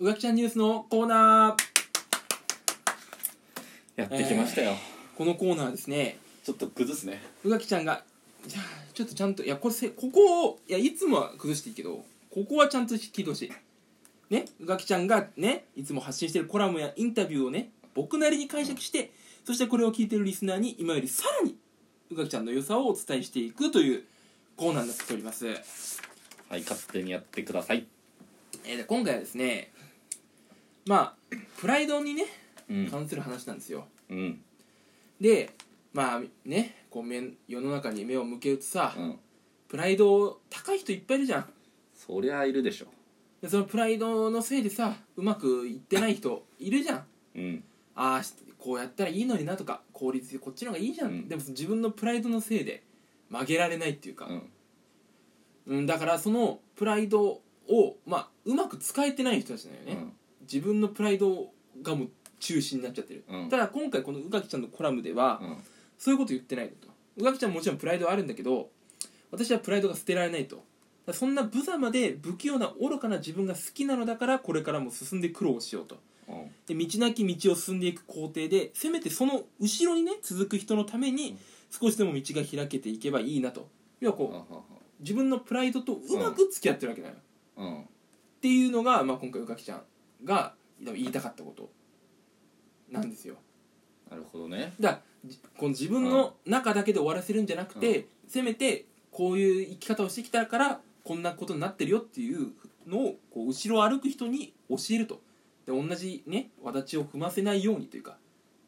うがきちゃんニュースのコーナーやってきましたよ、このコーナーはですねちょっと崩すねうがきちゃんがじゃあちょっとちゃんといやこれせここをいやいつもは崩していいけどここはちゃんと聞いてほしいねうがきちゃんがねいつも発信してるコラムやインタビューをね僕なりに解釈してそしてこれを聞いてるリスナーに今よりさらにうがきちゃんの良さをお伝えしていくというコーナーになっております、えはい勝手にやってくださいーで今回はですねまあプライドにねうん、関する話なんですよ、うんでまあねこう目世の中に目を向けるとさ、うん、プライド高い人いっぱいいるじゃんそりゃいるでしょでそのプライドのせいでさうまくいってない人いるじゃんうんああこうやったらいいのになとか効率でこっちの方がいいじゃん、うんでも自分のプライドのせいで曲げられないっていうか、うんうん、だからそのプライドを、まあ、うまく使えてない人たちだようね、ん自分のプライドがもう中心になっちゃってる、うんただ今回この宇垣ちゃんのコラムでは、うんそういうこと言ってないと宇垣ちゃんももちろんプライドはあるんだけど私はプライドが捨てられないとだからそんな無様で不器用な愚かな自分が好きなのだからこれからも進んで苦労しようとうんで道なき道を進んでいく工程でせめてその後ろにね続く人のためうんに少しでも道が開けていけばいいなと要はうんこう自分のプライドとうまく付き合ってるわけだよ、っうんていうのが、まあ、今回宇垣ちゃんが多分言いたかったことなんですよなるほどねだからじこの自分の中だけで終わらせるんじゃなくて、せめてこういう生き方をしてきたからこんなことになってるよっていうのをこう後ろを歩く人に教えるとで同じね轍を踏ませないようにというかっ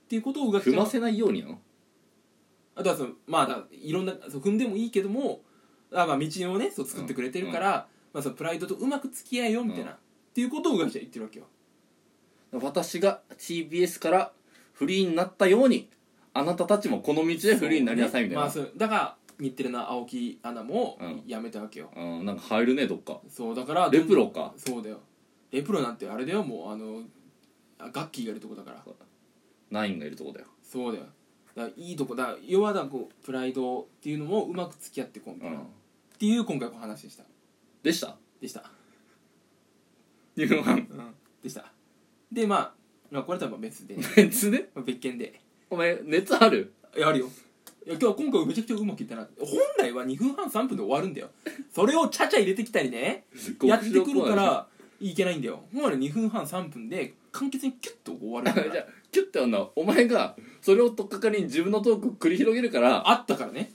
ていうことをうがきちゃ踏んはませないようになのあとはそのまあだいろんなそう踏んでもいいけどもあまあ道をねそう作ってくれてるから、まあ、そのプライドとうまく付き合えよみたいな、うんっていうことをうがきちゃん言ってるわけよ私が TBS からフリーになったようにあなたたちもこの道でフリーになりなさいみたいまなあ、う,、そうだから日テレの青木アナもうんやめたわけよ、ん、なんか入るねどっかそうだからレプロかそうだよレプロなんてあれだよもうあのあガッキーがいるとこだからナインがいるとこだよそうだよだからいいとこだから要はだこうプライドっていうのもうまく付き合ってこうみうたいな、っんていう今回お話でしたでしたでした、ニューマンうん、でしたでまあまあこれ多分別 で、別でまあ別件でお前熱あるいやあるよいや今日今回めちゃくちゃうまくいったな本来は2分半3分で終わるんだよそれをちゃちゃ入れてきたりねやってくるからいけないんだよ本来2分半3分で簡潔にキュッと終わるあん だか じゃらあキュッてやんなお前がそれを取っかかりに自分のトークを繰り広げるからあったからね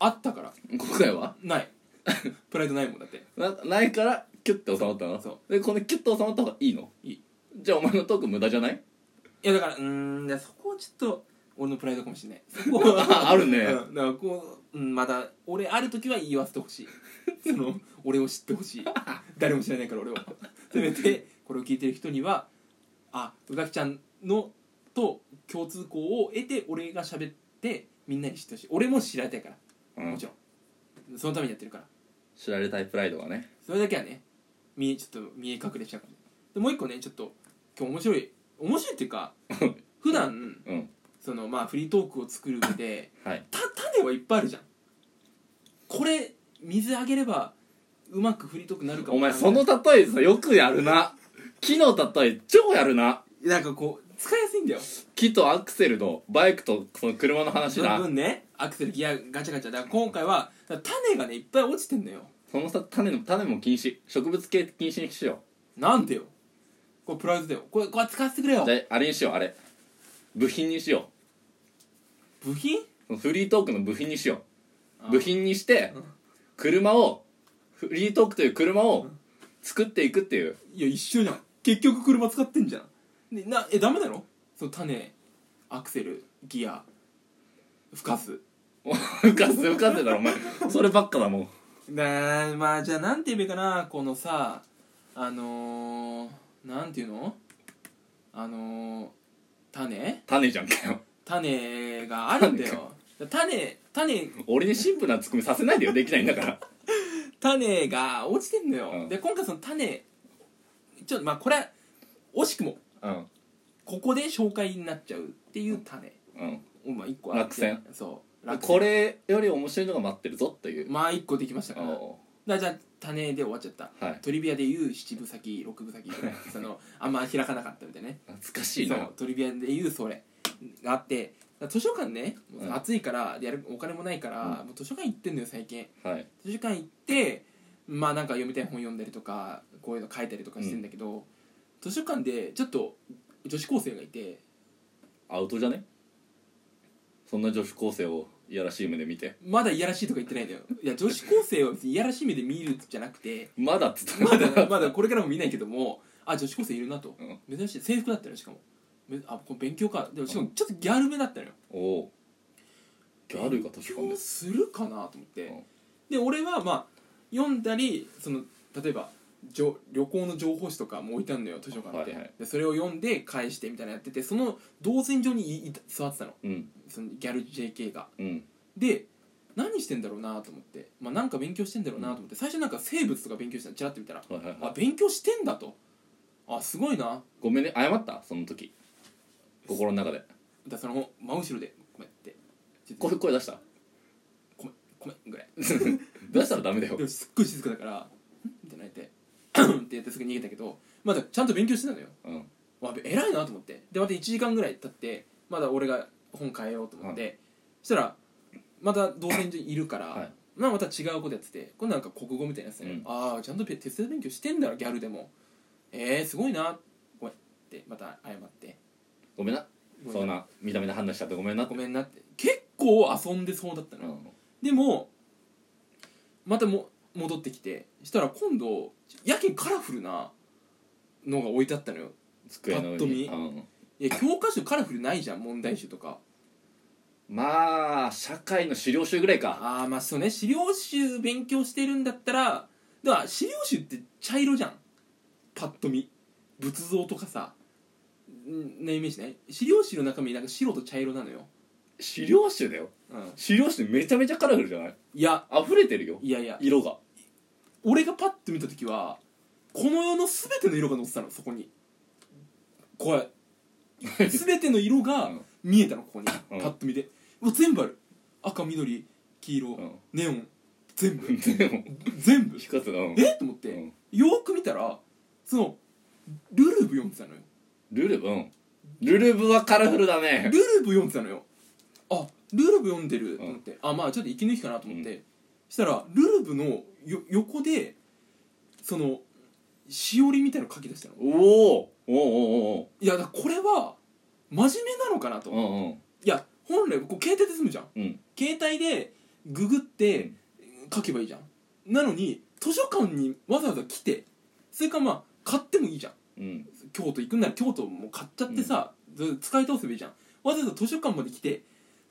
あったから今回はない プライドないもんだってなないからキュッて収まったのそうそでこのキュッと収まった方がいいのいいじゃあお前のトーク無駄じゃないいやだからうーんだからそこはちょっと俺のプライドかもしれないそこは ああるねうんだからこう、うん、まだ俺ある時は言わせてほしいそ の俺を知ってほしい誰も知らないから俺をせめてこれを聞いてる人にはあ宇垣ちゃんのと共通項を得て俺が喋ってみんなに知ってほしい俺も知られたいから、うんもちろんそのためにやってるから知られたいプライドがねそれだけはね見えちょっと見え隠れしたかもでもう一個ねちょっと今日面白い面白いっていう か普段うんそのまあフリートークを作る上ではいた種はいっぱいあるじゃんこれ水あげればうまくフリートークなるかもお前その例えさよくやるな木の例え超やるななんかこう使いやすいんだよ木とアクセルとバイクとその車の話そのな分ねアクセルギアガチャガチャだから今回はだから種がねいっぱい落ちてんのよそのさ種の種も禁止植物系禁止にしよなんでよこれプライズだよこれこれ使わせてくれうよじゃああれにしようあれ部品にしよ部品うそのフリートークの部品にしよう部品にしてうん車をフリートークという車を作っていくっていう いや一緒じゃん結局車使ってんじゃんねなえダメだろその種アクセルギアふかす浮かせ浮かせだろお前そればっかだもんねえまあじゃあなんて言えばいいかなこのさあのー、なんていうのあのー、種種じゃんかよ種があるんだよ種種俺にシンプルなツッコミさせないでよできないんだから種が落ちてんのよ、うんで今回その種ちょっとまあこれ惜しくもうんここで紹介になっちゃうっていう種、うんまあ一個あって落選そうこれより面白いのが待ってるぞっていうまあ一個できましたからだかおらじゃあったね」で終わっちゃった、はいトリビアで言う七分先六分先 ぐらいそのあんま開かなかったみたいなね懐かしいそなうトリビアで言うそれがあってだから図書館ねもううん暑いからでやるお金もないから、もう図書館行ってんのよ最近はい図書館行ってまあなんか読みたい本読んだりとかこういうの書いたりとかしてんだけど、図書館でちょっと女子高生がいてアウトじゃねそんな女子高生をいやらしい目で見てまだいやらしいとか言ってないんだよいや女子高生は別にいやらしい目で見るじゃなくてまだっつったまだまだこれからも見ないけどもあ女子高生いるなと、う珍しい制服だったのよしかもめあこれ勉強かでもしかもちょっとギャルめだったのよおおギャルが図書館勉強ですするかなと思って、うんで俺はまあ読んだりその例えばじょ旅行の情報誌とかも置いてあるのよ図書館って、はいはいでそれを読んで返してみたいなのやっててその動線上にいい座ってたのうんそのギャル JK がうんで何してんだろうなと思って、まあ、なんか勉強してんだろうなと思って、最初なんか生物とか勉強してたのチラッと見たらはいはいはあい勉強してんだとあすごいなごめんね謝ったその時心の中でだその真後ろで「ごめん」って「声声出したごめんごめん」ぐらい出したらダメだよでもすっごい静かだから「ん?」って泣いて「ってやってすぐ逃げたけどまだちゃんと勉強してたのようんわ偉いなと思ってでまた1時間ぐらい経ってまだ俺が本変えようと思って、そしたらまた動線所にいるから、はいまあまた違うことやっててこれなんか国語みたいなやつね、うんああちゃんと鉄道勉強してんだろギャルでもえー、すごいなごめんってまた謝ってごめんなごめんなそんな見た目で判断しちゃってごめんなってごめんなって結構遊んでそうだったのうよ、んでもまたも戻ってきてしたら今度やけにカラフルなのが置いてあったのよ机の上にパうんいや教科書カラフルないじゃん問題集とかまあ社会の資料集ぐらいかああまあそうね資料集勉強してるんだったらだから資料集って茶色じゃんパッと見仏像とかさんなイメージない資料集の中身なんか白と茶色なのよ、資料集だようん、資料集めちゃめちゃカラフルじゃないいや溢れてるよいやいや色が 俺がパッと見た時はこの世の全ての色が載ってたのそこにこれ全ての色がうん見えたのここに、んパッと見てうわ全部ある赤緑黄色、うんネオン全部でも全部光ってたうんえっと思って、うんよーく見たらそのルルブ読んでたのよルルブうんルルブはカラフルだねルルブ読んでたのよあルルブ読んでると思って、あまあちょっと息抜きかなと思って、したらルルブのよ横でそのしおりみたいなの書き出したのおおおおおいやだからこれは真面目なのかなと、おういんうんや本来こう携帯で済むじゃんうん携帯でググって書けばいいじゃんなのに図書館にわざわざ来てそれかまあ買ってもいいじゃんうん京都行くんなら京都も買っちゃってさ、ず使い倒せばいいじゃんわざわざ図書館まで来て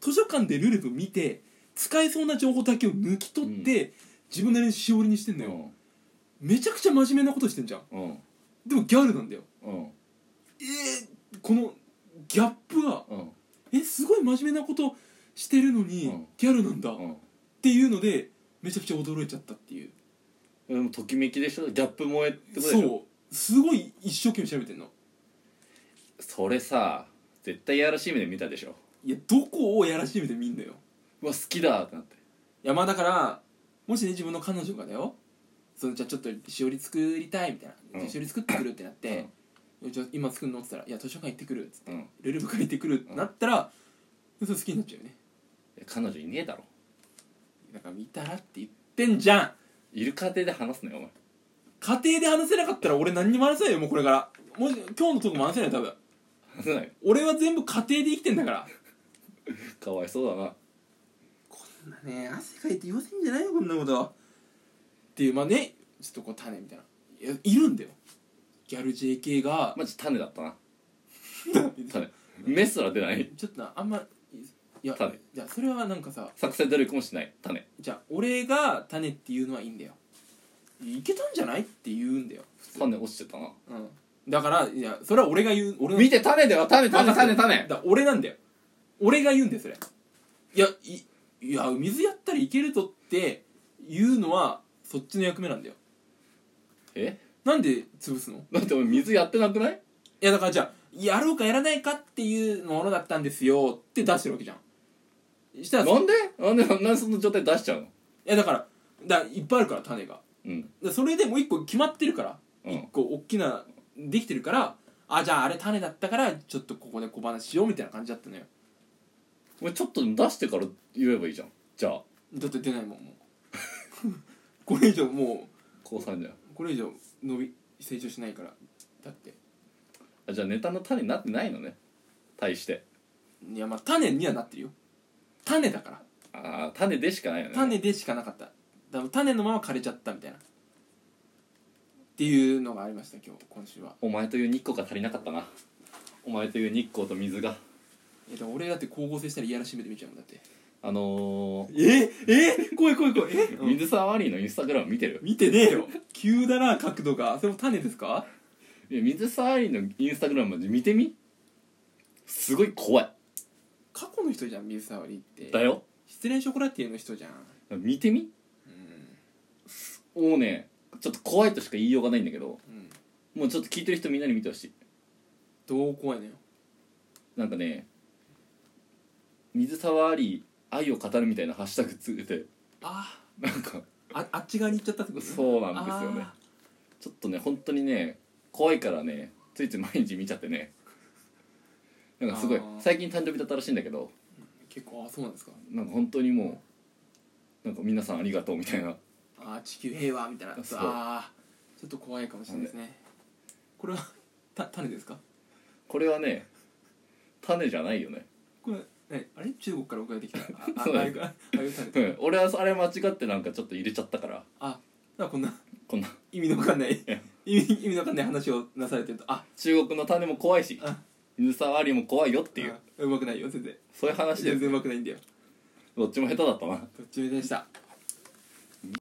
図書館でルルブ見て使えそうな情報だけを抜き取って、自分なりにしおりにしてんうのよ、んめちゃくちゃ真面目なことしてんじゃんうんでもギャルなんだようんえー、このギャップがうんえすごい真面目なことしてるのに、うんギャルなんだ、うっんていうのでめちゃくちゃ驚いちゃったっていうでもときめきでしょギャップ萌えってことでしょそうすごい一生懸命調べてんのそれさ絶対やらしい目で見たでしょいやどこをやらしい目で見んのようわ好きだってなっていやまあだからもしね自分の彼女がだよそのじゃあちょっとしおり作りたいみたいな、うんしおり作ってくるってなって、じゃあ今作るのって言ったら「いや図書館行ってくる」っつってうん「ルルブ借りてくる」ってなったら、それ好きになっちゃうよね彼女いねえだろだから見たらって言ってんじゃんいる家庭で話すのよお前家庭で話せなかったら俺何にも話せないよもうこれからもし今日のとこも話せないよ多分話せないよ俺は全部家庭で生きてんだからかわいそうだなこんなね汗かいて言わせんじゃないよこんなことっていうまあねちょっとこう種みたいないやいるんだよギャル JK が、マジ種だったな種目すら出ないちょっとなあんまいや種じゃそれはなんかさ作戦努力もしない種じゃあ俺が種っていうのはいいんだよいけたんじゃないって言うんだよ、種落ちてたなうん、だからいやそれは俺が言う俺の見て種だよ種種種だ種から俺なんだよ俺が言うんだよそれいやいいや水やったらいけるぞって言うのはそっちの役目なんだよえなんで潰すのだってお前水やってなくないいやだからじゃあやろうかやらないかっていうものだったんですよって出してるわけじゃんしたらいなんでなんでなんでその状態出しちゃうのやだからだからいっぱいあるから種がううんでそれでもう一個決まってるからうん一個大きなできてるからあじゃああれ種だったからちょっとここで小話しようみたいな感じだったのよお前ちょっと出してから言えばいいじゃんじゃあだって出ないもんもう これ以上も高3じゃんうこれ以上伸び成長しないからだってあじゃあネタの種になってないのね対していやまあ種にはなってるよ種だからああ種でしかないよね種でしかなかっただから種のまま枯れちゃったみたいなっていうのがありました今日今週はお前という日光が足りなかったなお前という日光と水がえだから俺だって光合成したら嫌らしい目で見ちゃうもんだってあのーええ怖い怖い怖いえ、うん 水沢アリーのインスタグラム見てる見てねえよ急だな角度がそれも種ですかいや水沢アリーのインスタグラム見てみすごい怖い過去の人じゃん水沢りってだよ失恋ショコラティエの人じゃん見てみもうねちょっと怖いとしか言いようがないんだけどうんもうちょっと聞いてる人みんなに見てほしいどう怖いのよなんかね水沢アリー愛を語るみたいなハッシュタグつけてあなんかああっち側に行っちゃったってことそうなんですよねあちょっとね本当にね怖いからねついつい毎日見ちゃってねなんかすごいあー最近誕生日だったらしいんだけどー結構あそうなんですかなんか本当にもうなんか皆さんありがとうみたいなあー地球平和みたいなそうあーちょっと怖いかもしれないですねこれはた種ですかこれはね種じゃないよね、 これねあれ中国から送られてきたああそうあだあいようああいう種うん、俺はあれ間違ってなんかちょっと入れちゃったからあだからこんなこんな意味のわかんないや意味意味のわかんない話をなされてるとあ中国の種も怖いしあ犬触りも怖いよっていうあうまくないよ全然そういう話で全然うまくないんだよどっちも下手だったなどっちみでした